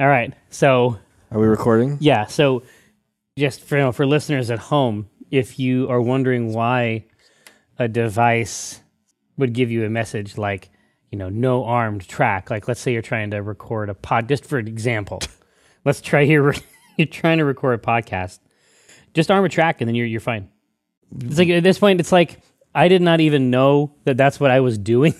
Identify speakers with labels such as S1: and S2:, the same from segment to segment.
S1: All right. So
S2: Are we recording?
S1: yeah. So just for you know, for listeners at home, if you are wondering why a device would give you a message like you know no armed track, like let's say you're trying to record a pod, just for example, let's try you're you're trying to record a podcast, just arm a track and then you're you're fine. It's like at this point, it's like I did not even know that that's what I was doing.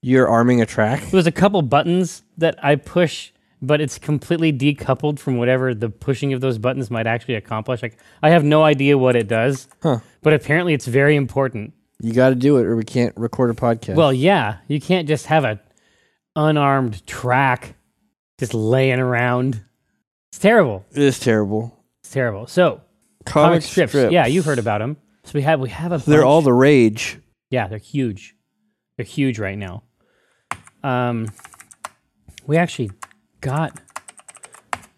S2: You're arming a track.
S1: There's a couple buttons that I push, but it's completely decoupled from whatever the pushing of those buttons might actually accomplish. Like I have no idea what it does, but apparently it's very important.
S2: You got to do it, or we can't record a podcast.
S1: Well, yeah, you can't just have a unarmed track just laying around. It's terrible.
S2: it is terrible.
S1: It's terrible. So comic, strips. Yeah, you heard about them. So we have we have a.
S2: They're
S1: bunch.
S2: all the rage.
S1: Yeah, they're huge. They're huge right now. Um, we actually got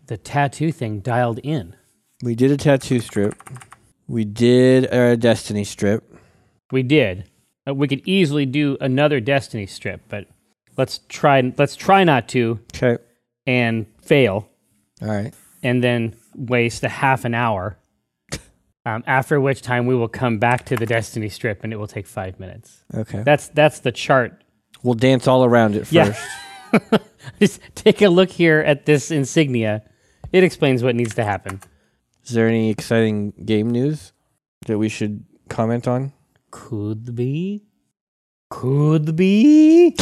S1: the tattoo thing dialed in.
S2: We did a tattoo strip. We did a Destiny strip.
S1: We did. Uh, we could easily do another Destiny strip, but let's try. Let's try not to
S2: Okay.
S1: and fail,
S2: All right.
S1: and then waste a half an hour. Um, after which time we will come back to the Destiny strip, and it will take five minutes.
S2: Okay.
S1: That's that's the chart
S2: we'll dance all around it first.
S1: Yeah. Just take a look here at this insignia. It explains what needs to happen.
S2: Is there any exciting game news that we should comment on?
S1: Could be. Could be.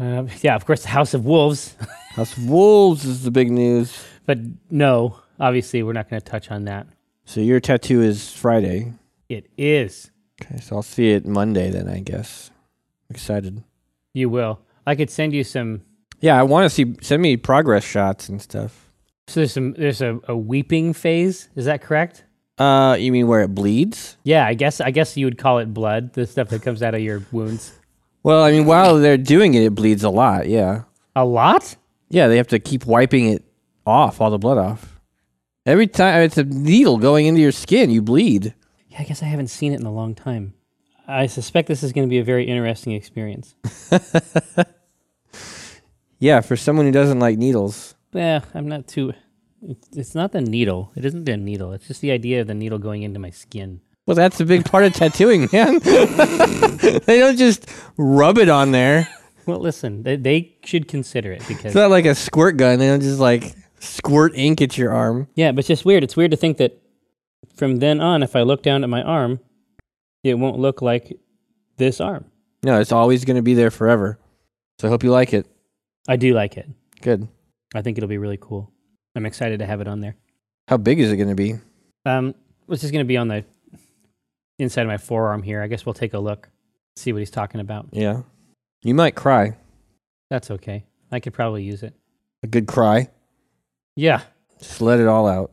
S1: Uh, yeah, of course, the House of Wolves.
S2: House of Wolves is the big news.
S1: But no, obviously, we're not going to touch on that.
S2: So your tattoo is Friday.
S1: It is.
S2: Okay, so I'll see it Monday then, I guess. Excited.
S1: You will. I could send you some.
S2: Yeah, I want to see. Send me progress shots and stuff.
S1: So there's some. There's a, a weeping phase. Is that correct?
S2: Uh, you mean where it bleeds?
S1: Yeah, I guess. I guess you would call it blood. The stuff that comes out of your wounds.
S2: Well, I mean, while they're doing it, it bleeds a lot. Yeah,
S1: A lot.
S2: yeah, they have to keep wiping it off, all the blood off. Every time it's a needle going into your skin, you bleed.
S1: Yeah, I guess I haven't seen it in a long time. I suspect this is going to be a very interesting experience.
S2: Yeah, for someone who doesn't like needles.
S1: Yeah, I'm not too. it's- It's not the needle. It isn't the needle. It's just the idea of the needle going into my skin.
S2: Well, that's a big part of tattooing, man. they don't just rub it on there.
S1: Well, listen, they, they should consider it because
S2: It's not like a squirt gun. They don't just like squirt ink at your arm.
S1: yeah, but it's just weird. It's weird to think that from then on, if I look down at my arm, it won't look like this arm.
S2: No, it's always going to be there forever. So I hope you like it.
S1: I do like it.
S2: Good.
S1: I think it'll be really cool. I'm excited to have it on there.
S2: How big is it going to be?
S1: Um, it's just going to be on the inside of my forearm here. I guess we'll take a look, see what he's talking about.
S2: Yeah. You might cry.
S1: That's okay. I could probably use it.
S2: A good cry.
S1: Yeah.
S2: Just let it all out.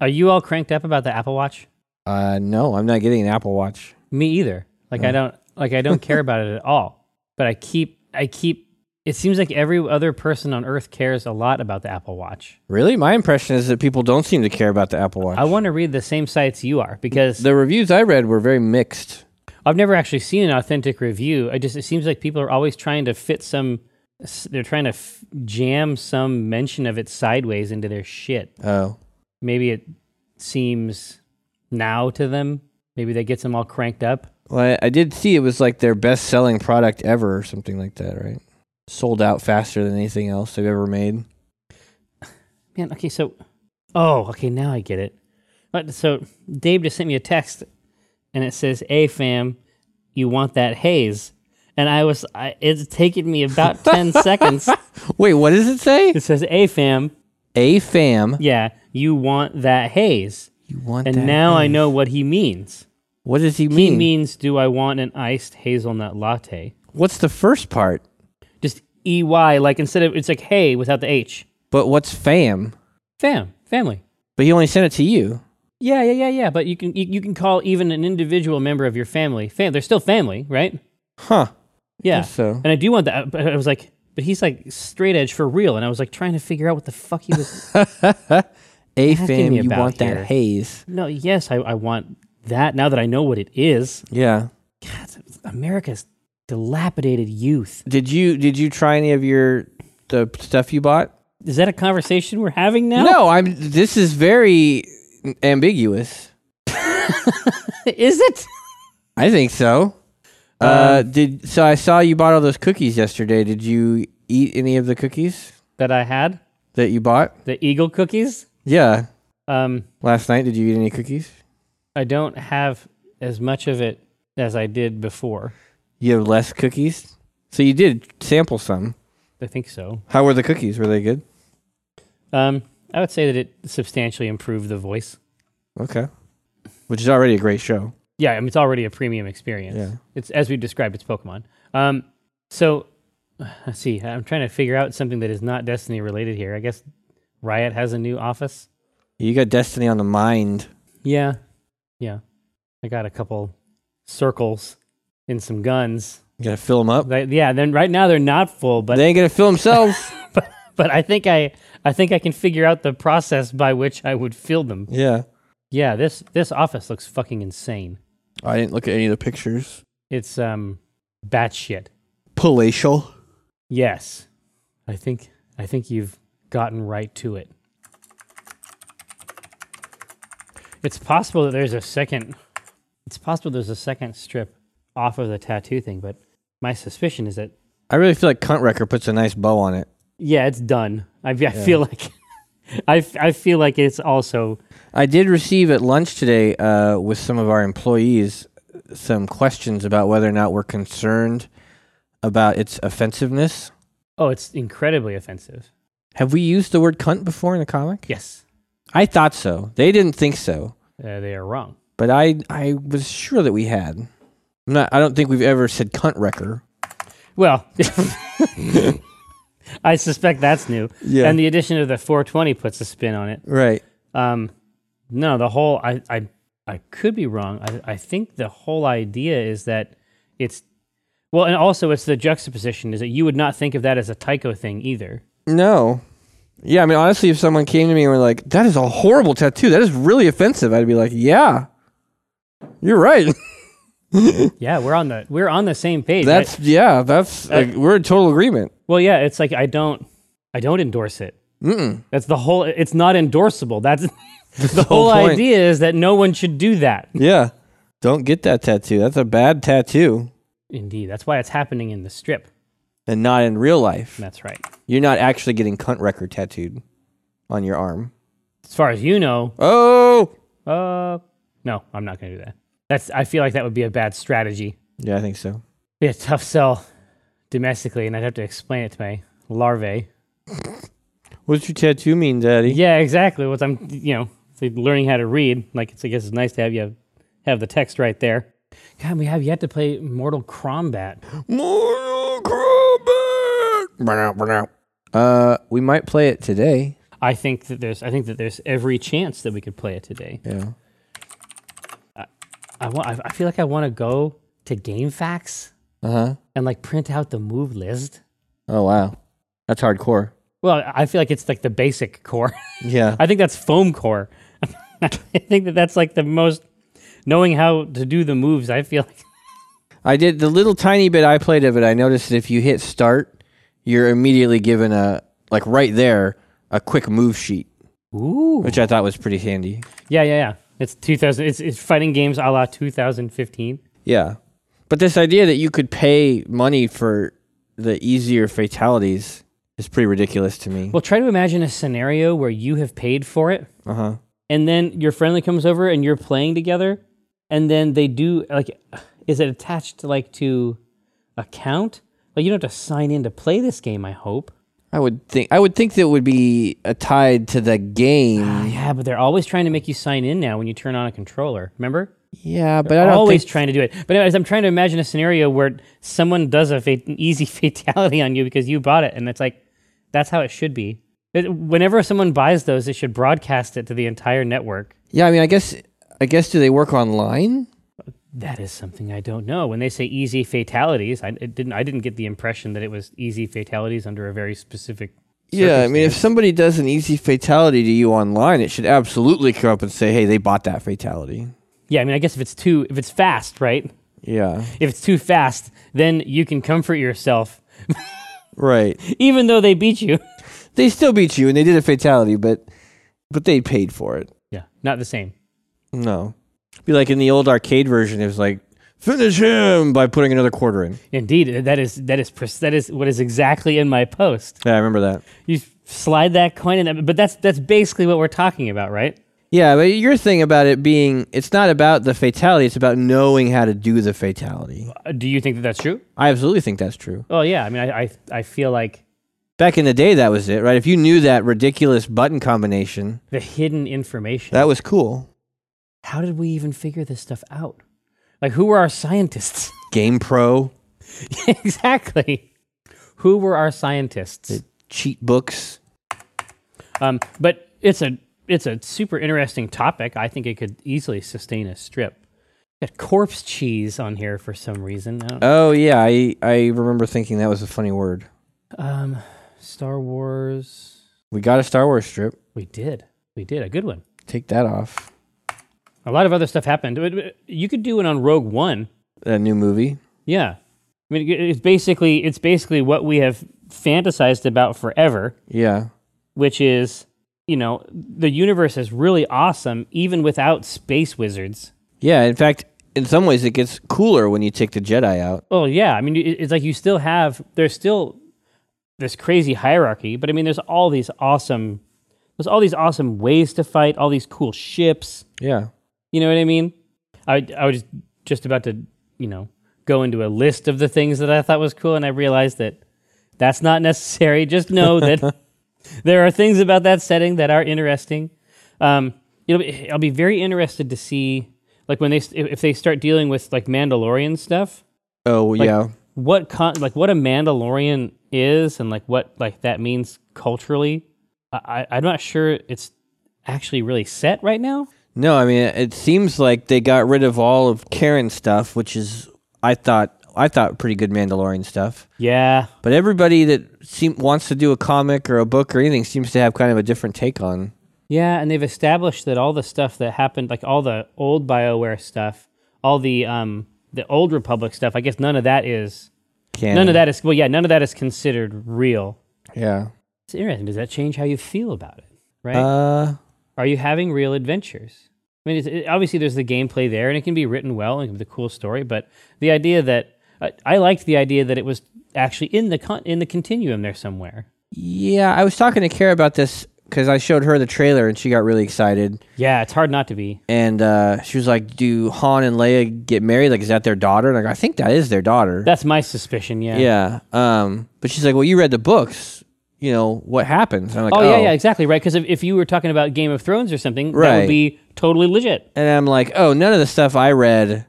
S1: Are you all cranked up about the Apple Watch?
S2: Uh, no, I'm not getting an Apple Watch.
S1: Me either. Like I
S2: Oh.
S1: don't like I don't care about it at all. But I keep I keep it seems like every other person on earth cares a lot about the Apple Watch.
S2: Really? My impression is that people don't seem to care about the Apple Watch.
S1: I want to read the same sites you are because
S2: the reviews I read were very mixed.
S1: I've never actually seen an authentic review. I just it seems like people are always trying to fit some s- they're trying to f- jam some mention of it sideways into their shit.
S2: Oh.
S1: Maybe it seems now to them. Maybe that gets them all cranked up.
S2: Well, I, I did see it was like their best selling product ever or something like that, right? Sold out faster than anything else they've ever made.
S1: Man, okay, so oh, okay, now I get it. But so Dave just sent me a text, and it says, "Hey fam, you want that haze?" And I was, I, it's taken me about ten seconds.
S2: Wait, what does it say?
S1: It says, "Hey fam,
S2: A fam.
S1: yeah, you want that haze?"
S2: You want
S1: And
S2: that?
S1: now I know what he means.
S2: what does he
S1: He
S2: mean?
S1: means, "Do I want an iced hazelnut latte?"
S2: What's the first part?
S1: Just E Y, like instead of it's like hey without the H.
S2: But what's fam?
S1: Fam, family.
S2: But he only sent it to you.
S1: Yeah, yeah, yeah, yeah. But you can you, you can call even an individual member of your family. Fam, they're still family, right?
S2: Huh.
S1: Yeah.
S2: so.
S1: And I do want that. But I was like, but he's like straight edge for real. And I was like trying to figure out what the fuck he was.
S2: A
S1: Asking
S2: fam,
S1: me
S2: you
S1: about
S2: want
S1: here.
S2: that haze.
S1: no, yes, I, I want that now that I know what it is.
S2: Yeah.
S1: God, America's dilapidated youth.
S2: Did you did you try any of your the stuff you bought?
S1: Is that a conversation we're having now?
S2: No, I'm. This is very ambiguous.
S1: Is it?
S2: I think so. uh, did so? I saw you bought all those cookies yesterday. Did you eat any of the cookies
S1: That I had
S2: that you bought?
S1: the eagle cookies.
S2: Yeah,
S1: Um,
S2: last night. Did you eat any cookies?
S1: I don't have as much of it as I did before.
S2: You have less cookies. So you did sample some.
S1: I think so.
S2: How were the cookies? Were they good?
S1: Um, I would say that it substantially improved the voice.
S2: Okay. Which is already a great show.
S1: Yeah, I mean, it's already a premium experience.
S2: Yeah.
S1: It's as we described, it's Pokemon. Um, so let's see. I'm trying to figure out something that is not Destiny related here. I guess Riot has a new office.
S2: You got Destiny on the mind.
S1: Yeah, yeah. I got a couple circles and some guns.
S2: You gotta fill them up.
S1: They- yeah. Then right now they're not full, but
S2: they ain't gonna fill themselves.
S1: but, but I think I I think I can figure out the process by which I would fill them.
S2: yeah.
S1: Yeah, this this office looks fucking insane.
S2: I didn't look at any of the pictures.
S1: It's um batshit.
S2: Palatial.
S1: Yes. I think I think you've gotten right to it. It's possible that there's a second it's possible there's a second strip off of the tattoo thing, but my suspicion is that
S2: I really feel like Cunt Wrecker puts a nice bow on it.
S1: yeah, it's done. I, I feel like I, f- I feel like it's also
S2: I did receive at lunch today uh, with some of our employees some questions about whether or not we're concerned about its offensiveness.
S1: oh, it's incredibly offensive.
S2: Have we used the word cunt before in the comic?
S1: Yes,
S2: I thought so. They didn't think so,
S1: uh, they are wrong.
S2: but I I was sure that we had. I'm not. I don't think we've ever said cunt wrecker.
S1: Well, I suspect that's new.
S2: Yeah.
S1: And the addition of the 420 puts a spin on it.
S2: Right.
S1: Um, no, the whole I I I could be wrong. I I think the whole idea is that it's well, and also it's the juxtaposition is that you would not think of that as a Tycho thing either.
S2: No. Yeah, I mean, honestly, if someone came to me and were like, "That is a horrible tattoo. That is really offensive," I'd be like, "Yeah, you're right.
S1: Yeah, we're on the we're on the same page. I-
S2: That's yeah. That's like, we're in total agreement."
S1: well, yeah. It's like I don't I don't endorse it. Mm-mm. That's the whole. It's not endorsable. That's the whole
S2: whole point.
S1: idea is that no one should do that.
S2: Yeah. Don't get that tattoo. That's a bad tattoo,
S1: Indeed, that's why it's happening in the strip.
S2: and not in real life.
S1: That's right.
S2: You're not actually getting cunt wrecker tattooed on your arm.
S1: As far as you know,
S2: Oh.
S1: uh, no, I'm not gonna do that. That's. I feel like that would be a bad strategy.
S2: Yeah, I think so.
S1: Be a tough sell domestically, and I'd have to explain it to my larvae.
S2: What's your tattoo mean, Daddy?
S1: Yeah, exactly. What I'm, you know, it's like learning how to read. Like it's, I guess it's nice to have you have the text right there. God, we have yet to play Mortal Kombat.
S2: Mortal Kombat. Uh, we might play it today.
S1: I think that there's, I think that there's every chance that we could play it today.
S2: Yeah.
S1: I want, I- I feel like I want to go to GameFAQs
S2: Uh huh.
S1: and like print out the move list.
S2: Oh wow, that's hardcore.
S1: Well, I- I feel like it's like the basic core.
S2: Yeah.
S1: I think that's foam core. I think that that's like the most knowing how to do the moves. I feel like
S2: I did the little tiny bit I played of it. I noticed that if you hit start, you're immediately given a like right there a quick move sheet,
S1: Ooh.
S2: which I thought was pretty handy.
S1: Yeah, yeah, yeah. It's 2000. It's, it's fighting games a la 2015.
S2: Yeah. But this idea that you could pay money for the easier fatalities is pretty ridiculous to me.
S1: Well, try to imagine a scenario where you have paid for it,
S2: Uh huh.
S1: and then your friendly comes over and you're playing together, and then they do like, is it attached like to account? Like you don't have to sign in to play this game. I hope.
S2: I would think I would think that would be uh, tied to the game.
S1: Uh, Yeah, but they're always trying to make you sign in now when you turn on a controller. Remember?
S2: Yeah, but I don't
S1: always
S2: think
S1: trying to do it. But anyways, I'm trying to imagine a scenario where someone does a fa- an easy fatality on you because you bought it, and it's like that's how it should be. It- whenever someone buys those, it should broadcast it to the entire network.
S2: Yeah, I mean, I guess I guess do they work online?
S1: That is something I don't know. When they say easy fatalities, I it didn't. I didn't get the impression that it was easy fatalities under a very specific.
S2: Yeah, I mean, if somebody does an easy fatality to you online, it should absolutely come up and say, "Hey, they bought that fatality."
S1: Yeah, I mean, I guess if it's too, if it's fast, right?
S2: Yeah,
S1: If it's too fast, then you can comfort yourself
S2: Right.
S1: even though they beat you.
S2: They still beat you and they did a fatality, but but they paid for it.
S1: Yeah, not the same.
S2: No. Be like in the old arcade version, it was like finish him by putting another quarter in.
S1: Indeed, that is that is pres- that is what is exactly in my post.
S2: Yeah, I remember that.
S1: You slide that coin in, that, but that's that's basically what we're talking about, right?
S2: Yeah, but your thing about it being it's not about the fatality, it's about knowing how to do the fatality.
S1: Uh, Do you think that that's true?
S2: I absolutely think that's true.
S1: Oh yeah, I mean, I I, I feel like
S2: Back in the day that was it, right? If you knew that ridiculous button combination,
S1: the hidden information.
S2: that was cool.
S1: How did we even figure this stuff out? Like, who were our scientists?
S2: Game Pro,
S1: exactly. Who were our scientists?
S2: cheat books.
S1: Um, but it's a it's a super interesting topic. I think it could easily sustain a strip. Got corpse cheese on here for some reason. I don't,
S2: Oh yeah, I I remember thinking that was a funny word.
S1: um, Star Wars.
S2: We got a Star Wars strip.
S1: We did. We did a good one.
S2: Take that off.
S1: A lot of other stuff happened. But- but You could do it on Rogue One.
S2: A new movie.
S1: Yeah. I mean, it- it's basically it's basically what we have fantasized about forever,
S2: Yeah.
S1: which is you know the universe is really awesome even without space wizards.
S2: Yeah, in fact, in some ways it gets cooler when you take the Jedi out.
S1: Well, yeah. I mean, it- it's like you still have there's still this crazy hierarchy, but I mean, there's all these awesome there's all these awesome ways to fight, all these cool ships.
S2: Yeah.
S1: You know what I mean? I I was just about to you know go into a list of the things that I thought was cool, and I realized that that's not necessary. Just know that there are things about that setting that are interesting. Um, it'll be, I'll be very interested to see like when they s- if if they start dealing with like Mandalorian stuff
S2: Oh yeah.
S1: what con- like what a Mandalorian is and like what like that means culturally. I, I I'm not sure it's actually really set right now.
S2: No, I mean it, it seems like they got rid of all of Karen stuff, which is I thought I thought pretty good Mandalorian stuff.
S1: Yeah,
S2: But everybody that seem, wants to do a comic or a book or anything seems to have kind of a different take on.
S1: yeah, and they've established that all the stuff that happened, like all the old Bioware stuff, all the um the old Republic stuff. I guess none of that is
S2: Canon.
S1: none of that is well, yeah, none of that is considered real.
S2: Yeah.
S1: It's interesting. Does that change how you feel about it? Right?
S2: Uh,
S1: Are you having real adventures? I mean, it's, it, obviously there's the gameplay there, and it can be written well and it can be a cool story. But the idea that I I liked the idea that it was actually in the con- in the continuum there somewhere.
S2: yeah. I was talking to Kara about this because I showed her the trailer and she got really excited.
S1: Yeah, it's hard not to be.
S2: And uh, she was like, "Do Han and Leia get married? Like, is that their daughter?" And I go, "I think that is their daughter."
S1: That's my suspicion. Yeah.
S2: yeah. Um, but she's like, "Well, you read the books. You know what happens?" And I'm like,
S1: Oh, yeah, yeah, exactly right. Because if, if you were talking about Game of Thrones or something, that
S2: Right.
S1: would be totally legit.
S2: And I'm like, "Oh, none of the stuff I read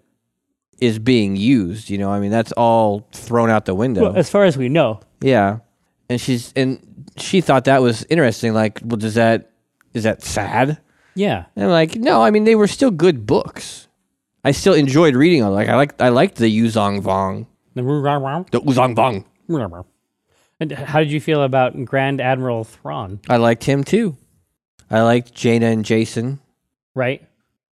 S2: is being used. You know, I mean, that's all thrown out the window."
S1: As far as we know,
S2: Yeah. And she's and she thought that was interesting. Like, well, does that is that sad?
S1: yeah.
S2: And I'm like, no, I mean they were still good books. I still enjoyed reading them. Like I like I liked the Yuzong Vong. The Uzong Vong.
S1: And how did you feel about Grand Admiral Thrawn?
S2: I liked him too. I liked Jaina and Jason.
S1: Right.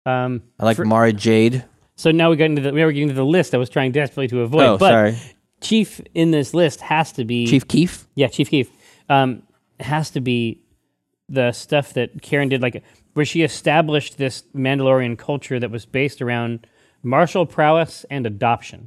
S1: Um,
S2: I liked Mara Jade.
S1: So now we got into the we were getting to the list I was trying desperately to avoid.
S2: oh,
S1: but
S2: sorry.
S1: Chief in this list has to be
S2: Chief Keef.
S1: Yeah, Chief Keef. Um, has to be the stuff that Karen did, like where she established this Mandalorian culture that was based around martial prowess and adoption.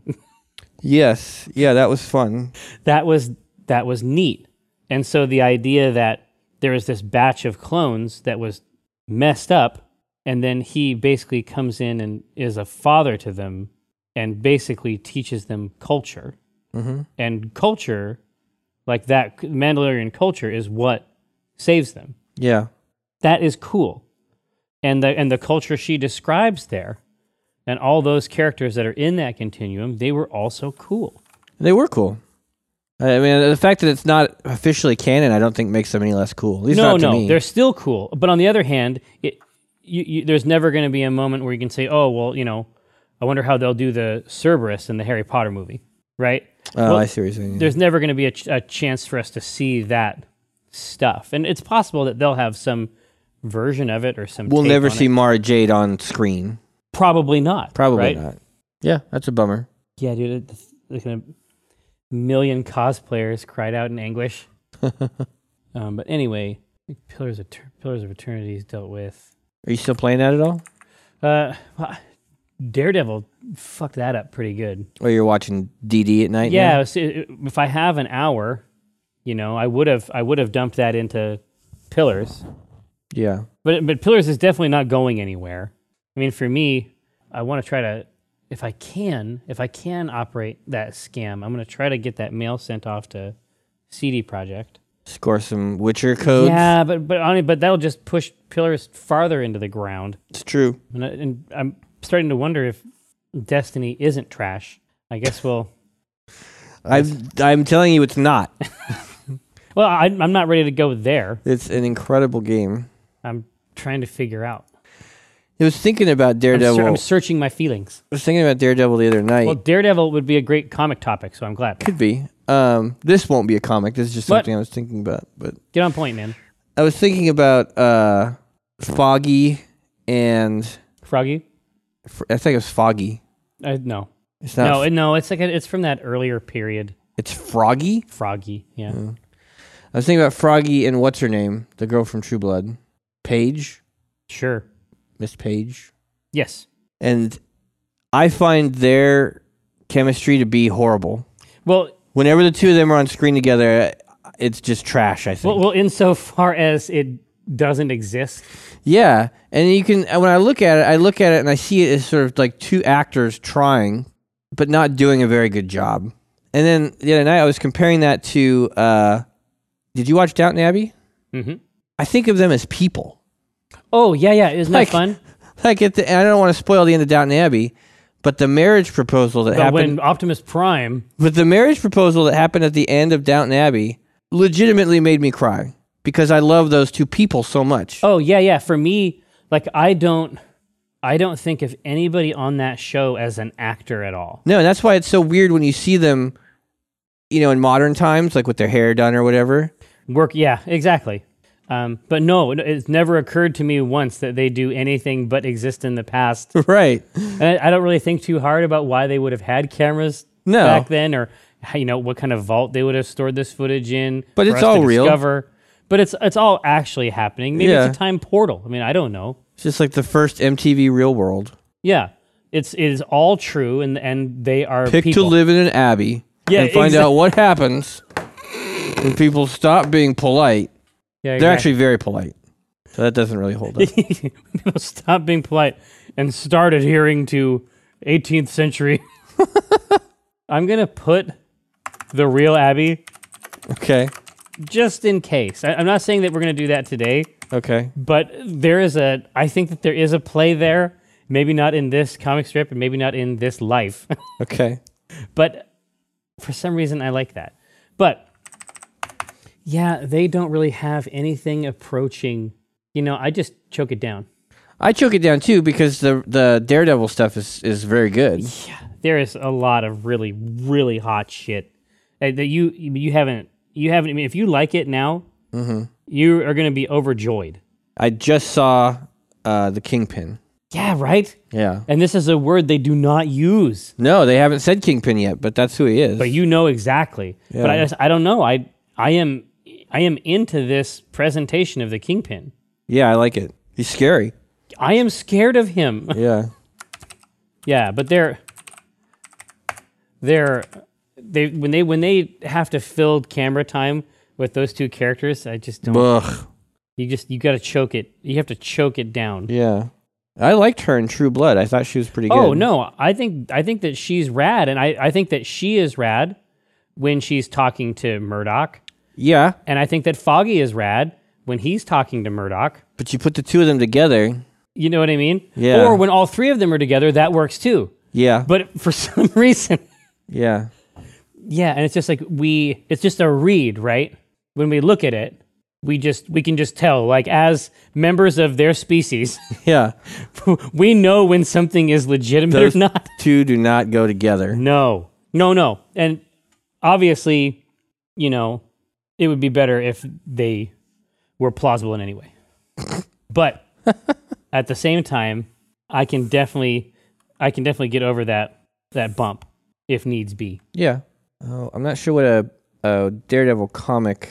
S2: Yes. Yeah, that was fun.
S1: that was that was neat. And so the idea that there was this batch of clones that was messed up, and then he basically comes in and is a father to them, and basically teaches them culture. And culture, like that Mandalorian culture, is what saves them.
S2: Yeah.
S1: That is cool, and the and the culture she describes there, and all those characters that are in that continuum, they were also cool.
S2: They were cool. I mean, the fact that it's not officially canon, I don't think makes them any less cool. At least
S1: no,
S2: not to
S1: no,
S2: me.
S1: they're still cool. But on the other hand, it, you, you, there's never going to be a moment where you can say, "Oh, well, you know, I wonder how they'll do the Cerberus in the Harry Potter movie," right?
S2: Oh,
S1: well,
S2: I see what you're saying. yeah.
S1: There's never going to be a, ch- a chance for us to see that stuff, and it's possible that they'll have some version of it or some.
S2: We'll
S1: take
S2: never
S1: on it.
S2: see Mara Jade on screen.
S1: Probably not.
S2: Probably
S1: right?
S2: not. Yeah, that's a bummer.
S1: Yeah, dude. it- it's gonna- million cosplayers cried out in anguish. um, but anyway, I think Pillars of Eter- Pillars of Eternity is dealt with.
S2: Are you still playing that at all?
S1: Uh, well, Daredevil fucked that up pretty good.
S2: Or you're watching DD at night?
S1: yeah,
S2: now?
S1: so i- if I have an hour, you know, I would have I would have dumped that into Pillars.
S2: Yeah.
S1: But but Pillars is definitely not going anywhere. I mean, for me, I want to try to if I can, if I can operate that scam, I'm going to try to get that mail sent off to CD Project.
S2: Score some Witcher codes.
S1: Yeah, but but only but that'll just push Pillars farther into the ground.
S2: It's true.
S1: And, I, and I'm starting to wonder if Destiny isn't trash. I guess we'll
S2: I'm, I'm telling you, it's not.
S1: Well, I, I'm not ready to go there.
S2: It's an incredible game.
S1: I'm trying to figure out.
S2: I was thinking about
S1: I'm, ser-
S2: Daredevil.
S1: I'm searching my feelings.
S2: I was thinking about Daredevil the other night.
S1: Well, Daredevil would be a great comic topic, so I'm glad.
S2: Could be. Um, this won't be a comic. This is just
S1: What?
S2: something I was thinking about. But
S1: Get on point, man.
S2: I was thinking about uh, Foggy and
S1: Froggy?
S2: F- I think it was Foggy.
S1: Uh, no,
S2: It's not.
S1: no, it- no. It's like a, it's from that earlier period.
S2: it's Froggy. Hmm.
S1: Froggy,
S2: Mm.
S1: yeah.
S2: I was thinking about Froggy and what's her name, the girl from True Blood, Paige,
S1: Sure.
S2: Miss Paige,
S1: Yes.
S2: and I find their chemistry to be horrible.
S1: Well,
S2: Whenever the two of them are on screen together, it's just trash. I think.
S1: well, well. Insofar as it doesn't exist,
S2: Yeah, and you can. and When I look at it, I look at it and I see it as sort of like two actors trying, but not doing a very good job. And then the other night, I was comparing that to. Uh, did you watch Downton Abbey? Mm-hmm.
S1: Mhm.
S2: I think of them as people.
S1: oh yeah, yeah. Isn't
S2: Like,
S1: that fun?
S2: Like at the, and I don't want to spoil the end of Downton Abbey, but the marriage proposal that
S1: But
S2: happened.
S1: Uh, when Optimus Prime,
S2: But the marriage proposal that happened at the end of Downton Abbey legitimately made me cry because I love those two people so much.
S1: Oh yeah, yeah. For me, like I don't, I don't think of anybody on that show as an actor at all.
S2: No, and that's why it's so weird when you see them, you know, in modern times, like with their hair done or whatever.
S1: Work, yeah, exactly. Um, but no, it- it's never occurred to me once that they do anything but exist in the past.
S2: Right.
S1: and I, I don't really think too hard about why they would have had cameras
S2: No.
S1: back then, or how- you know what kind of vault they would have stored this footage in.
S2: But
S1: for
S2: it's
S1: us to
S2: all real.
S1: Discover. But it's it's all actually happening. Maybe
S2: Yeah.
S1: it's a time portal. I mean, I don't know.
S2: It's just like the first MTV Real World.
S1: Yeah, it's it is all true, and and they are
S2: Pick
S1: people.
S2: to live in an abbey
S1: Yeah,
S2: and find
S1: exact-
S2: out what happens when people stop being polite.
S1: Yeah,
S2: They're
S1: exactly.
S2: actually very polite. So that doesn't really hold up.
S1: people stopped being polite and start adhering to 18th century. I'm gonna put the real Abbey
S2: okay.
S1: just in case. I, I'm not saying that we're gonna do that today,
S2: Okay.
S1: but there is a. I think that there is a play there. Maybe not in this comic strip, and maybe not in this life,
S2: Okay.
S1: but for some reason I like that. But yeah, they don't really have anything approaching. You know, I just choke it down.
S2: I choke it down too because the the Daredevil stuff is is very good.
S1: there is a lot of really really hot shit uh, that you you haven't you haven't I mean if you like it now you are gonna be overjoyed
S2: I just saw uh, the Kingpin.
S1: yeah right
S2: Yeah.
S1: and this is a word they do not use
S2: No, they haven't said Kingpin yet, but that's who he is.
S1: but you know exactly but I,
S2: Yeah.
S1: just- I don't know I I am I am into this presentation of the kingpin
S2: yeah, I like it. He's scary.
S1: I am scared of him
S2: Yeah.
S1: Yeah, but they're they're they when they when they have to fill camera time with those two characters, I just don't.
S2: Ugh.
S1: You just you got to choke it. You have to choke it down.
S2: Yeah. I liked her in True Blood. I thought she was pretty good.
S1: Oh no, I think I think that she's rad, and I I think that she is rad when she's talking to Murdoch,
S2: Yeah,
S1: and I think that Foggy is rad when he's talking to Murdoch.
S2: but you put the two of them together.
S1: You know what I mean?
S2: Yeah.
S1: Or when all three of them are together, that works too.
S2: Yeah.
S1: But for some reason,
S2: yeah.
S1: Yeah, and it's just like we it's just a read, right? When we look at it, we just we can just tell like as members of their species,
S2: Yeah.
S1: we know when something is legitimate
S2: Those
S1: or not.
S2: two do not go together.
S1: No. No, no. And obviously, you know, it would be better if they were plausible in any way. but at the same time, I can definitely I can definitely get over that that bump if needs be.
S2: Yeah. Oh, I'm not sure what a, a Daredevil comic,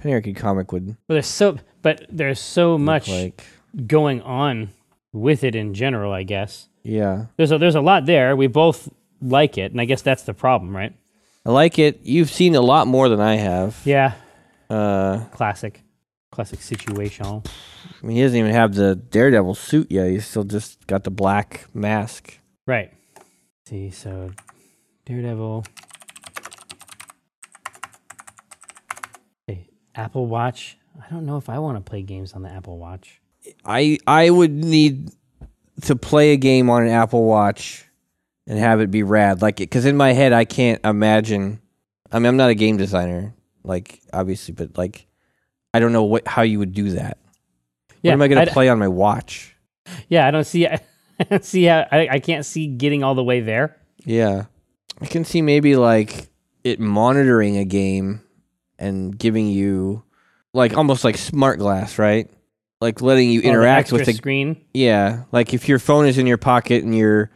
S2: Panarchy comic would
S1: But there's so but there's so much
S2: look like.
S1: going on with it in general, I guess.
S2: Yeah,
S1: There's a, there's a lot there. We both like it, and I guess that's the problem, right?
S2: I like it. You've seen a lot more than I have.
S1: Yeah,
S2: Uh,
S1: classic, classic situation.
S2: I mean, he doesn't even have the Daredevil suit yet. He's still just got the black mask.
S1: Right. see, so Daredevil. Okay, Apple Watch. I don't know if I want to play games on the Apple Watch.
S2: I I would need to play a game on an Apple Watch and have it be rad, like because in my head I can't imagine. I mean, I'm not a game designer, like obviously, but like I don't know what how you would do that. what am I going
S1: I'd-
S2: to play on my watch?
S1: Yeah, I don't see. I don't see how I, I can't see getting all the way there. Oh,
S2: Yeah, I can see maybe like it monitoring a game and giving you like almost like smart glass, right? Oh, Like letting you
S1: All the
S2: interact with
S1: extra
S2: the
S1: screen.
S2: Yeah, like if your phone is in your pocket and your,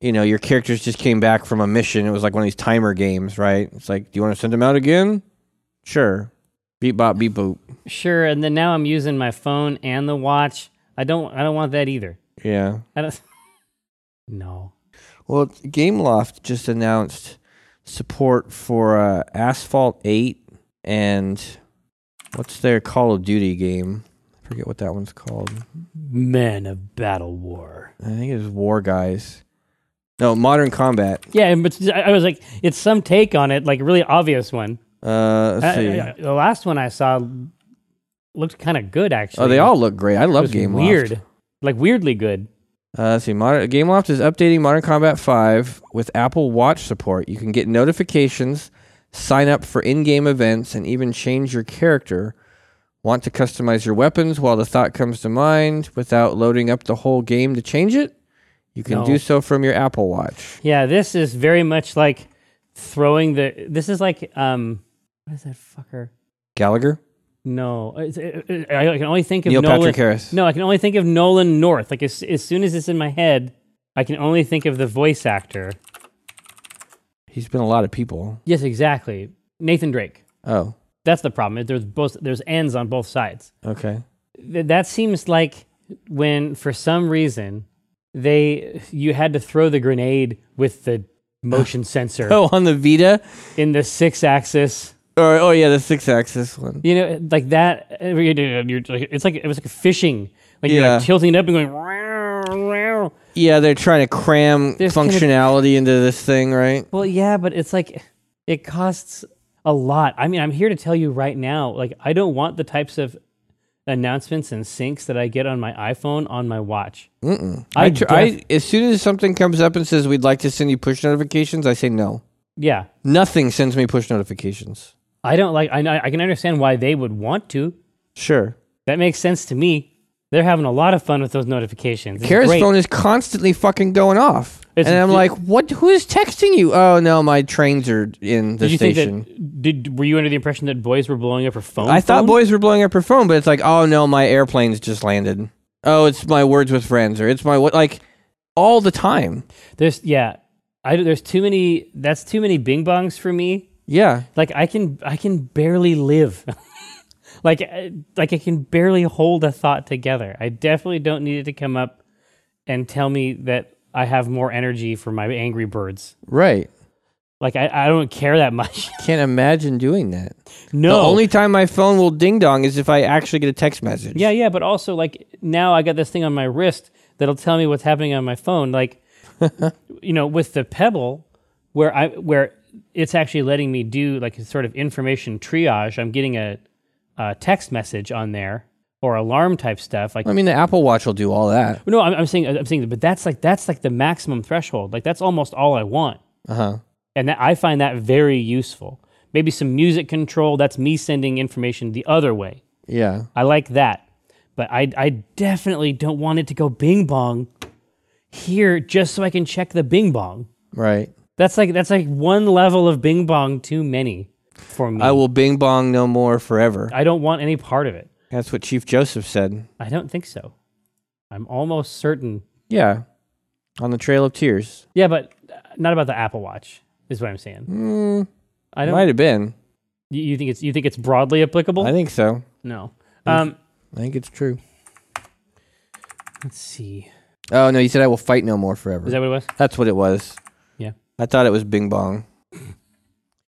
S2: you know, your characters just came back from a mission. It was like one of these timer games, right? It's like, do you want to send them out again? Sure. Beep bop beep boop.
S1: Sure, and then now I'm using my phone and the watch. I don't. I don't want that either.
S2: Yeah.
S1: I don't. No.
S2: Well, GameLoft just announced support for uh, Asphalt Eight and what's their Call of Duty game? I forget what that one's called.
S1: Men of Battle War.
S2: I think it was War Guys. No, Modern Combat.
S1: Yeah, but I I was like, it's some take on it, like a really obvious one.
S2: Uh, let's
S1: I-
S2: see.
S1: I- the last one I saw looked kind of good, actually.
S2: oh, they all look great. I
S1: It
S2: love
S1: was
S2: GameLoft.
S1: Weird, like weirdly good.
S2: Uh, let's see. Modern, GameLoft is updating Modern Combat 5 with Apple Watch support. You can get notifications, sign up for in game events, and even change your character. Want to customize your weapons while the thought comes to mind without loading up the whole game to change it? You can
S1: No.
S2: do so from your Apple Watch.
S1: Yeah, this is very much like throwing the. This is like um, what is that fucker?
S2: Gallagher?
S1: No, it's- it- it- I I can only think of
S2: Neil
S1: Nolan.
S2: Patrick Harris.
S1: No, I can only think of Nolan North. Like as, as soon as it's in my head, I can only think of the voice actor.
S2: He's been a lot of people.
S1: Yes, exactly. Nathan Drake.
S2: Oh,
S1: That's the problem. There's both. There's ends on both sides.
S2: okay.
S1: Th- that seems like when for some reason they you had to throw the grenade with the motion sensor
S2: Oh, on the Vita?
S1: in the six axis
S2: Or, oh, yeah, the six axis one.
S1: you know like that uh, you do- you're like- it's like it was like fishing like you're
S2: Yeah.
S1: like tilting it up and going "Wow, wow."
S2: Yeah, they're trying to cram
S1: There's kind of-
S2: functionality into this thing, right?
S1: well yeah but it's like it costs a lot i mean i'm here to tell you right now like i don't want the types of announcements and syncs that i get on my iphone on my watch
S2: Mm-mm.
S1: I
S2: I, tr- I as soon as something comes up and says we'd like to send you push notifications, I say no.
S1: yeah
S2: Nothing sends me push notifications.
S1: i don't like i, know- I can understand why they would want to
S2: Sure.
S1: That makes sense to me. They're having a lot of fun with those notifications. It's
S2: Kara's
S1: great.
S2: phone is constantly fucking going off,
S1: It's-
S2: and I'm
S1: it-
S2: like, "What? Who is texting you? Oh no, my trains are in the
S1: Did you
S2: station."
S1: think that? Did were you under the impression that boys were blowing up her phone?
S2: I thought
S1: phone?
S2: boys were blowing up her phone, but it's like, "Oh no, my airplane's just landed." Oh, it's my words with friends, or it's my what? Like all the time.
S1: There's yeah. I there's too many. That's too many bing bongs for me.
S2: Yeah.
S1: Like I can I can barely live. like uh, like I can barely hold a thought together. I definitely don't need it to come up and tell me that I have more energy for my Angry Birds.
S2: Right.
S1: Like I, I don't care that much.
S2: Can't imagine doing that.
S1: no.
S2: The only time my phone will ding dong is if I actually get a text message.
S1: Yeah, yeah, but also like now I got this thing on my wrist that'll tell me what's happening on my phone. Like, you know, with the Pebble, where I where it's actually letting me do like a sort of information triage. I'm getting a, a text message on there or alarm type stuff. Like,
S2: I mean, the Apple Watch will do all that.
S1: no, I'm, I'm saying I'm saying, but that's like that's like the maximum threshold. Like that's almost all I want,
S2: Uh huh.
S1: and that, I find that very useful. Maybe some music control. That's me sending information the other way.
S2: Yeah.
S1: I like that. But I, I definitely don't want it to go bing bong here just so I can check the bing bong.
S2: Right.
S1: That's like that's like one level of bing bong too many for me.
S2: I will bing bong no more forever.
S1: I don't want any part of it.
S2: That's what Chief Joseph said.
S1: I don't think so. I'm almost certain.
S2: Yeah. On the Trail of Tears.
S1: Yeah, but uh, not about the Apple Watch. Is what I'm saying.
S2: Mm,
S1: I don't.
S2: might have been.
S1: You you think it's you think it's broadly applicable?
S2: I think so.
S1: no. Um.
S2: I think it's true.
S1: Let's see.
S2: Oh no, you said I will fight no more forever.
S1: Is that what it was?
S2: That's what it was.
S1: Yeah.
S2: I thought it was Bing Bong.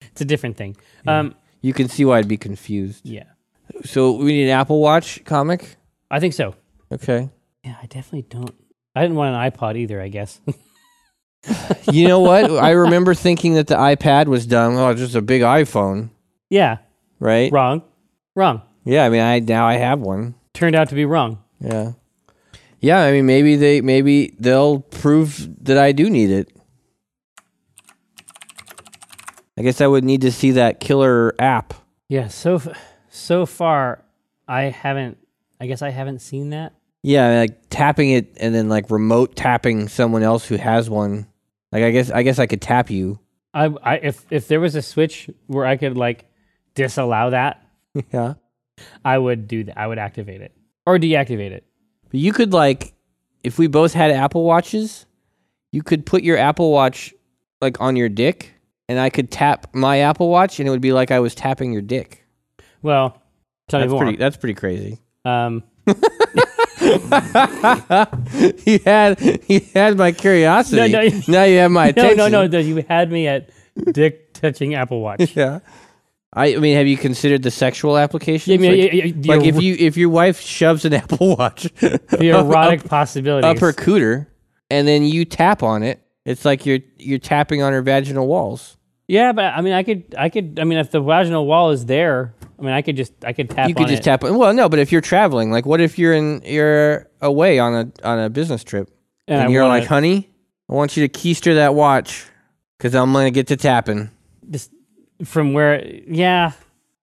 S1: It's a different thing. Um.
S2: You can see why I'd be confused.
S1: Yeah.
S2: So we need an Apple Watch comic.
S1: I think so.
S2: Okay.
S1: Yeah. I definitely don't. I didn't want an iPod either. I guess.
S2: You know what? I remember thinking that the iPad was dumb. Oh, it's just a big iPhone,
S1: yeah.
S2: right?
S1: Wrong. Wrong.
S2: Yeah. I mean, I now I have one.
S1: Turned out to be wrong.
S2: Yeah. Yeah. I mean, maybe they maybe they'll prove that I do need it. I guess I would need to see that killer app.
S1: Yeah. So f- so far, I haven't. I guess I haven't seen that.
S2: Yeah, like tapping it and then like remote tapping someone else who has one. Like I guess I guess I could tap you.
S1: I, I if if there was a switch where I could like disallow that,
S2: Yeah.
S1: I would do that. I would activate it or deactivate it.
S2: But you could like if we both had Apple Watches, you could put your Apple Watch like on your dick and I could tap my Apple Watch and it would be like I was tapping your dick.
S1: Well, tell
S2: That's
S1: me more.
S2: pretty that's pretty crazy.
S1: um,
S2: you had you had my curiosity.
S1: No, no.
S2: now you have my
S1: no,
S2: attention.
S1: no, no, no. You had me at dick touching Apple Watch.
S2: Yeah. I, I mean, have you considered the sexual applications?
S1: I mean,
S2: Like-
S1: yeah, yeah, the,
S2: like if
S1: er-
S2: you if your wife shoves an Apple Watch
S1: the erotic possibilities.
S2: up her cooter and then you tap on it, it's like you're you're tapping on her vaginal walls.
S1: yeah, but I mean, I could, I could. I mean, if the vaginal wall is there, I mean, I could just, I could tap.
S2: You could
S1: on
S2: just
S1: it.
S2: tap. On, well, no, but if you're traveling, like what if you're in you're away on a on a business trip and,
S1: I
S2: you're
S1: wanna
S2: like, honey, I want you to keister that watch because I'm gonna get to tapping,
S1: just from where? Yeah,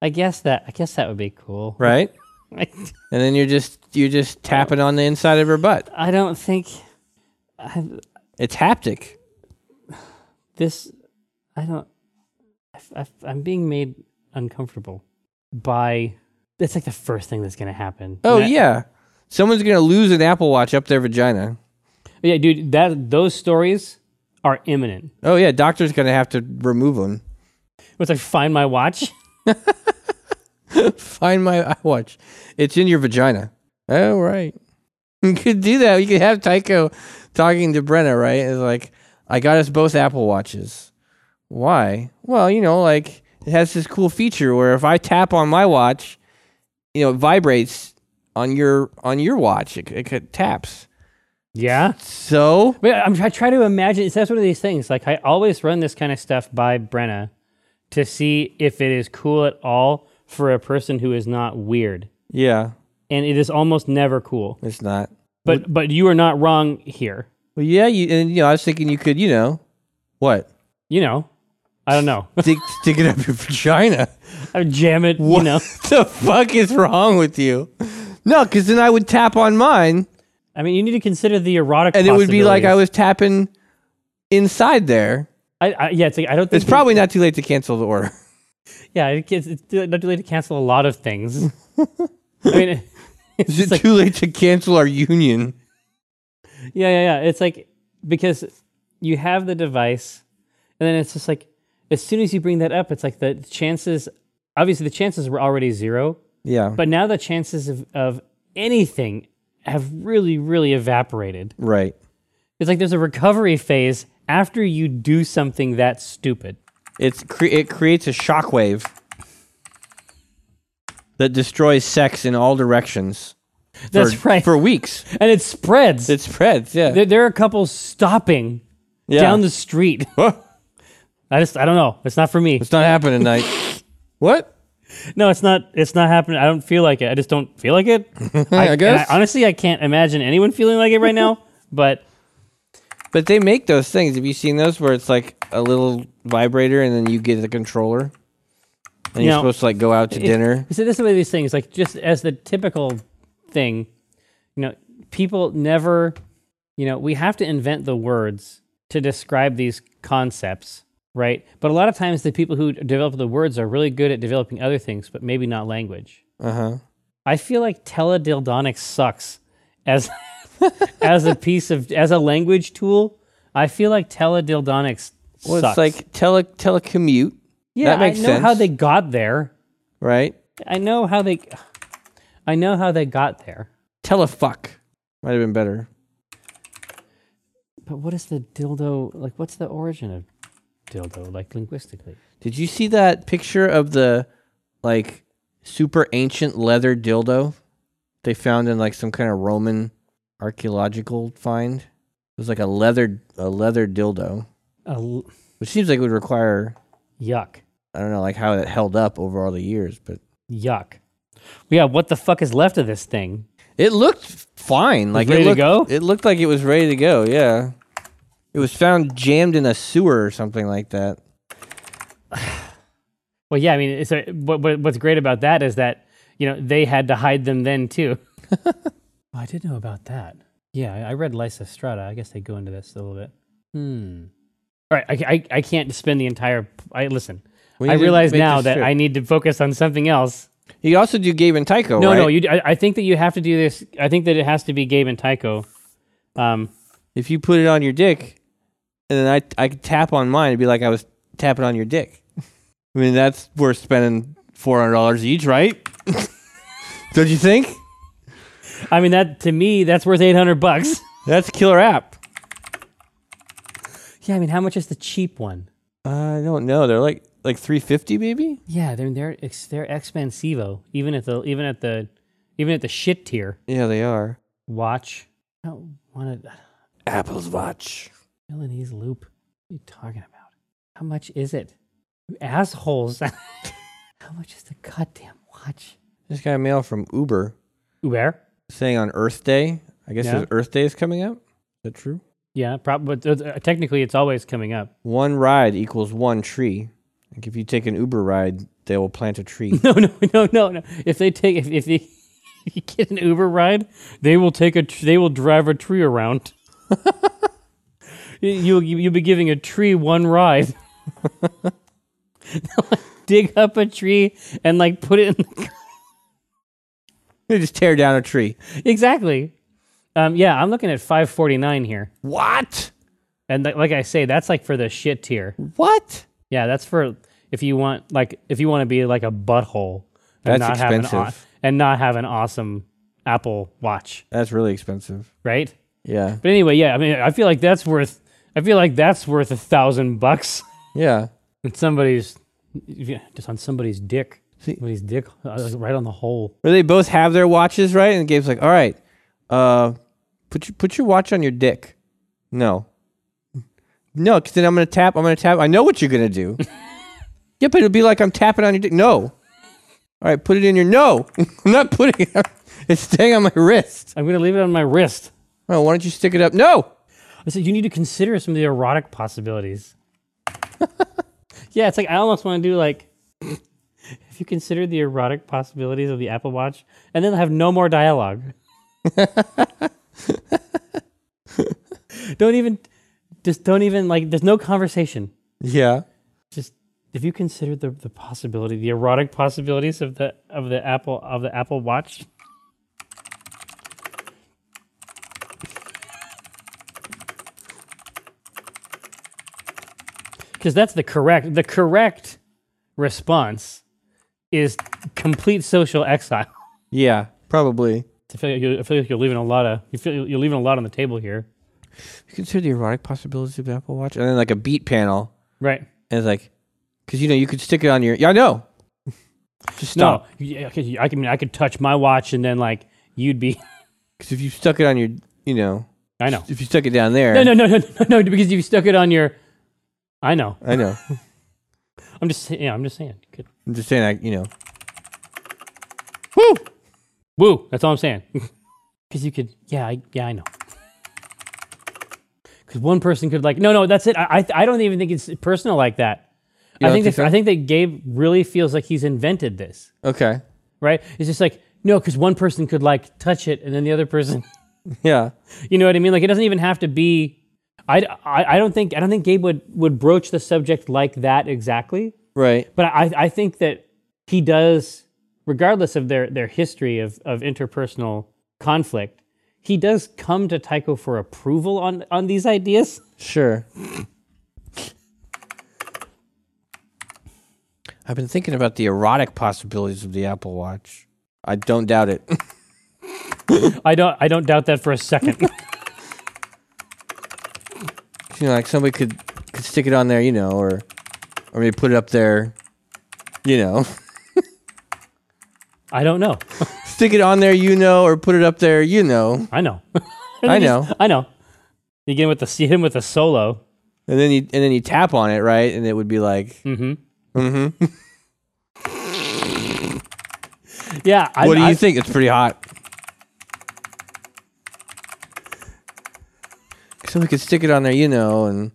S1: I guess that, I guess that would be cool.
S2: right?
S1: Right.
S2: and then you're just you're just tapping on the inside of her butt.
S1: I don't think I,
S2: It's haptic.
S1: this i don't I, am being made uncomfortable by that's like the first thing that's gonna happen
S2: Oh
S1: And I-
S2: yeah, someone's gonna lose an Apple Watch up their vagina.
S1: yeah dude that those stories are imminent
S2: Oh yeah, doctor's gonna have to remove them.
S1: it's like find my watch
S2: Find my watch. It's in your vagina. Oh right. You could do that. You could have Tycho talking to Brenna, right? It's like, I got us both Apple Watches. Why? Well, you know, like it has this cool feature where if I tap on my watch, you know, it vibrates on your on your watch. It, it, it taps.
S1: yeah
S2: So
S1: but i'm I try to imagine it's that's one of these things like i always run this kind of stuff by brenna to see if it is cool at all for a person who is not weird
S2: yeah,
S1: and it is almost never cool
S2: it's not.
S1: but but you are not wrong here
S2: Well, yeah, you and you know, I was thinking you could, you know, what?
S1: you know i don't know
S2: Dig, stick it up your vagina.
S1: I would jam it, you know.
S2: the fuck is wrong with you? No, because then I would tap on mine,
S1: I mean, you need to consider the erotic.
S2: and it would be like I
S1: possibilities.
S2: was tapping inside there.
S1: I, I, yeah, it's like I don't. Think
S2: It's probably not too late to cancel the order.
S1: Yeah, it- it's, it's too- not too late to cancel a lot of things. I mean,
S2: Is it too late to cancel our union?
S1: yeah, yeah, yeah. It's like because you have the device, and then it's just like as soon as you bring that up, it's like the chances. Obviously, the chances were already zero,
S2: Yeah,
S1: but now the chances of, of anything have really, really evaporated.
S2: right.
S1: It's like there's a recovery phase after you do something that stupid.
S2: It's cre- it creates a shockwave that destroys sex in all directions. for-
S1: That's right.
S2: For weeks,
S1: and it spreads.
S2: it spreads. Yeah,
S1: there, there are couples stopping
S2: yeah.
S1: down the street.
S2: Huh?
S1: I just, I don't know. It's not for me.
S2: It's not happening tonight. what?
S1: No, it's not. It's not happening. I don't feel like it. I just don't feel like it. I, and
S2: guess.
S1: honestly, I can't imagine anyone feeling like it right now. But
S2: But they make those things. Have you seen those where it's like a little vibrator and then you get the controller? And you're
S1: No.
S2: supposed to like go out to dinner.
S1: so this is one of these things. Like just as the typical thing, you know, people never, you know, we have to invent the words to describe these concepts, right? But a lot of times, the people who develop the words are really good at developing other things, but maybe not language.
S2: Uh huh.
S1: I feel like teledildonics sucks as as a piece of as a language tool. I feel like teledildonics
S2: Well,
S1: sucks.
S2: it's like tele telecommute,
S1: yeah,
S2: that makes
S1: I know how
S2: sense.
S1: they got there.
S2: right?
S1: I know how they. I know how they got there.
S2: Telefuck might have been better.
S1: But what is the dildo like? What's the origin of dildo like linguistically?
S2: Did you see that picture of the like super ancient leather dildo they found in like some kind of Roman archaeological find? It was like a leather a leather dildo,
S1: A l-
S2: which seems like it would require
S1: yuck,
S2: I don't know like how it held up over all the years, but
S1: yuck. Yeah, what the fuck is left of this thing?
S2: It looked fine. Like
S1: ready
S2: it
S1: to go?
S2: looked, It looked like it was ready to go. Yeah, it was found jammed in a sewer or something like that.
S1: Well, yeah, I mean, it's a, what, what, what's great about that is that you know they had to hide them then too. oh, I did know about that. Yeah, I- I read Lysistrata. I guess they go into this a little bit. Hmm. All right, I, I, I can't spend the entire. I listen.
S2: We
S1: I
S2: need to
S1: realize
S2: make
S1: now
S2: this
S1: that
S2: fit.
S1: I need to focus on something else.
S2: You could also do Gabe and Tycho.
S1: No,
S2: right?
S1: no, you. d- I, I think that you have to do this. I think that it has to be Gabe and Tycho. Um,
S2: If you put it on your dick, and then I I could tap on mine, it'd be like I was tapping on your dick. I mean, that's worth spending four hundred dollars each, right? Don't you think?
S1: I mean that to me that's worth eight hundred bucks.
S2: That's a killer app.
S1: yeah, I mean how much is the cheap one?
S2: I don't know. They're like like three fifty, maybe.
S1: Yeah, they're they're ex- they're expansivo even at the even at the even at the shit tier
S2: Yeah, they are.
S1: watch. I don't want to
S2: Apple's watch.
S1: Milanese loop. What are you talking about? How much is it? You assholes. how much is the goddamn watch?
S2: Just got a mail from Uber.
S1: Uber.
S2: saying on Earth Day. I guess
S1: Yeah.
S2: there's Earth Day is coming up. Is that true?
S1: Yeah, probably. But uh, technically, it's always coming up.
S2: One ride equals one tree. Like if you take an Uber ride, they will plant a tree.
S1: No, no, no, no, no. If they take, if, if, they, if you get an Uber ride, they will take a, tr- they will drive a tree around. You- you'll, you'll be giving a tree one ride. They'll, like, dig up a tree and like put it in the,
S2: they just tear down a tree.
S1: exactly. Um, yeah, I'm looking at 549 here,
S2: What?
S1: and like like I say, that's like for the shit tier.
S2: What?
S1: Yeah, that's for if you want like if you want to be like a butthole and not
S2: That's
S1: have an aw-
S2: expensive.
S1: and not have an awesome Apple Watch,
S2: That's really expensive.
S1: right?
S2: Yeah.
S1: But anyway, yeah, I mean, I feel like that's worth. I feel like that's worth a thousand bucks.
S2: Yeah.
S1: And somebody's yeah, just on somebody's dick.
S2: See-
S1: somebody's dick uh, right on the hole.
S2: Where they both have their watches, right? And Gabe's like, "All right, uh, put your put your watch on your dick." No. No, because then I'm gonna tap. I'm gonna tap. I know what you're gonna do. yeah, but it'll be like I'm tapping on your dick. No. All right, put it in your. No, I'm not putting it. It's staying on my wrist.
S1: I'm gonna leave it on my wrist.
S2: Oh, why don't you stick it up? No.
S1: I said you need to consider some of the erotic possibilities. yeah, it's like I almost want to do like. If you consider the erotic possibilities of the Apple Watch, and then have no more dialogue. don't even, just don't even like. There's no conversation.
S2: Yeah.
S1: just if you consider the, the possibility the erotic possibilities of the of the apple of the apple watch because that's the correct the correct response is complete social exile
S2: Yeah. Probably.
S1: i feel like you're, I feel like you're leaving a lot of you feel you're leaving a lot on the table here
S2: You consider the erotic possibilities of the Apple Watch, and then like a beat panel,
S1: right
S2: and it's like, because you know you could stick it on your. Yeah, I know. Just stop.
S1: no yeah, 'cause you- i can I could touch my watch and then like you'd be
S2: Because if you stuck it on your, you know,
S1: i know
S2: if you stuck it down there,
S1: No, no, no, no, no, no, because you stuck it on your. I know.
S2: I know.
S1: I'm just. Yeah, I'm just saying. Good.
S2: I'm just saying, I, you know,
S1: Woo, woo. That's all I'm saying. Because you could. Yeah, I, yeah, I know. Because one person could like, no, no, that's it. I, I, I don't even think it's personal like that. I
S2: don't
S1: think,
S2: think
S1: that,
S2: so?
S1: I think that Gabe really feels like he's invented this,
S2: okay,
S1: right? It's just like no, because one person could like touch it, and then the other person,
S2: yeah,
S1: you know what I mean? Like it doesn't even have to be. I, I, I don't think I don't think Gabe would would broach the subject like that exactly.
S2: right,
S1: but I, I think that he does, regardless of their, their history of, of interpersonal conflict, he does come to Tycho for approval on, on these ideas.
S2: sure. I've been thinking about the erotic possibilities of the Apple Watch. I don't doubt it.
S1: I don't. I don't doubt that for a second.
S2: you know, like somebody could could stick it on there, you know, or or maybe put it up there, you know,
S1: I don't know.
S2: stick it on there, you know, or put it up there, you know,
S1: I know.
S2: I
S1: You
S2: know.
S1: just- I know. You get him with the you hit him with a solo.
S2: And then you and then you tap on it, right? And it would be like,
S1: Yeah. I,
S2: what do you
S1: I-
S2: think? It's pretty hot. Somebody could stick it on there, you know, and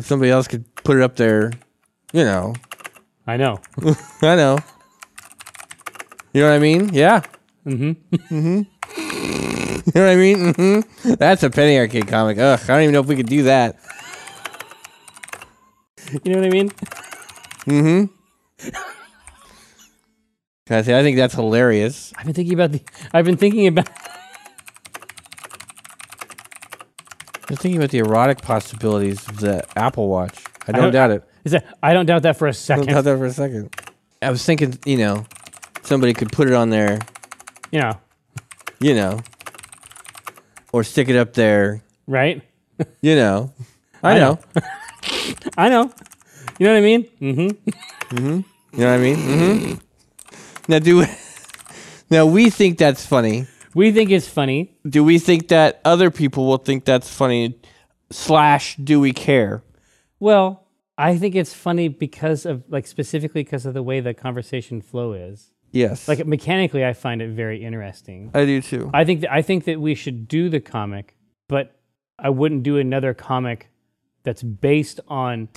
S2: somebody else could put it up there, you know.
S1: I know.
S2: I know. You know what I mean? Yeah. Mm-hmm. Mm-hmm. you know what I mean? Mm-hmm. That's a penny arcade comic. Ugh, I don't even know if we could do that.
S1: You know what I mean?
S2: Can I say I think that's hilarious.
S1: I've been thinking about the. I've been thinking about.
S2: I'm thinking about the erotic possibilities of the Apple Watch. I don't,
S1: don't-
S2: doubt it.
S1: Is that, I don't doubt that for a
S2: I
S1: second.
S2: don't doubt that for a second. I was thinking, you know, somebody could put it on there,
S1: you know,
S2: you know, or stick it up there,
S1: right?
S2: you know. I,
S1: I
S2: know.
S1: know. I know. You know what I mean? Mm-hmm.
S2: You know what I mean? Mm-hmm. Now do now we think that's funny.
S1: We think it's funny.
S2: Do we think that other people will think that's funny? Slash, do we care?
S1: Well, I think it's funny because of like specifically because of the way the conversation flow is.
S2: Yes,
S1: Like mechanically, I find it very interesting.
S2: I do too.
S1: I think that, I think that we should do the comic, but I wouldn't do another comic that's based on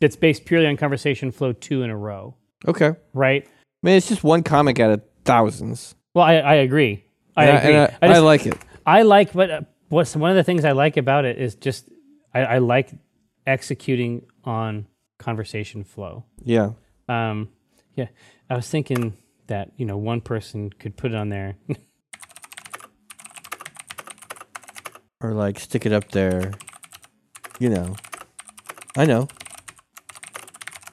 S1: that's based purely on conversation flow two in a row,
S2: Okay, I
S1: right?
S2: mean it's just one comic out of thousands.
S1: Well, I, I agree. I
S2: And
S1: agree. I,
S2: and I, I
S1: just,
S2: like it.
S1: I like what uh, what's one of the things I like about it is just I, I like executing on conversation flow.
S2: Yeah,
S1: Um, yeah, I was thinking that you know one person could put it on there.
S2: or like stick it up there. You know, I know.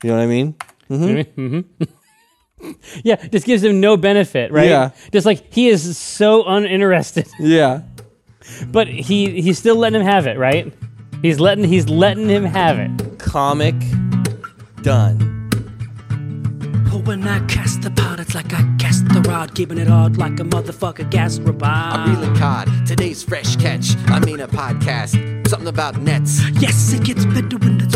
S2: You know what I mean?
S1: hmm Mm-hmm. yeah, just gives him no benefit, right?
S2: Yeah.
S1: Just like he is so uninterested,
S2: Yeah.
S1: but he he's still letting him have it, right? He's letting he's letting him have it.
S2: Comic done.
S3: But when I cast the pot, it's like I cast the rod, keeping it hard like a motherfucker gas robot.
S4: I'm reeling cod. Today's fresh catch. I mean a podcast. Something about nets.
S3: Yes, it gets better when it's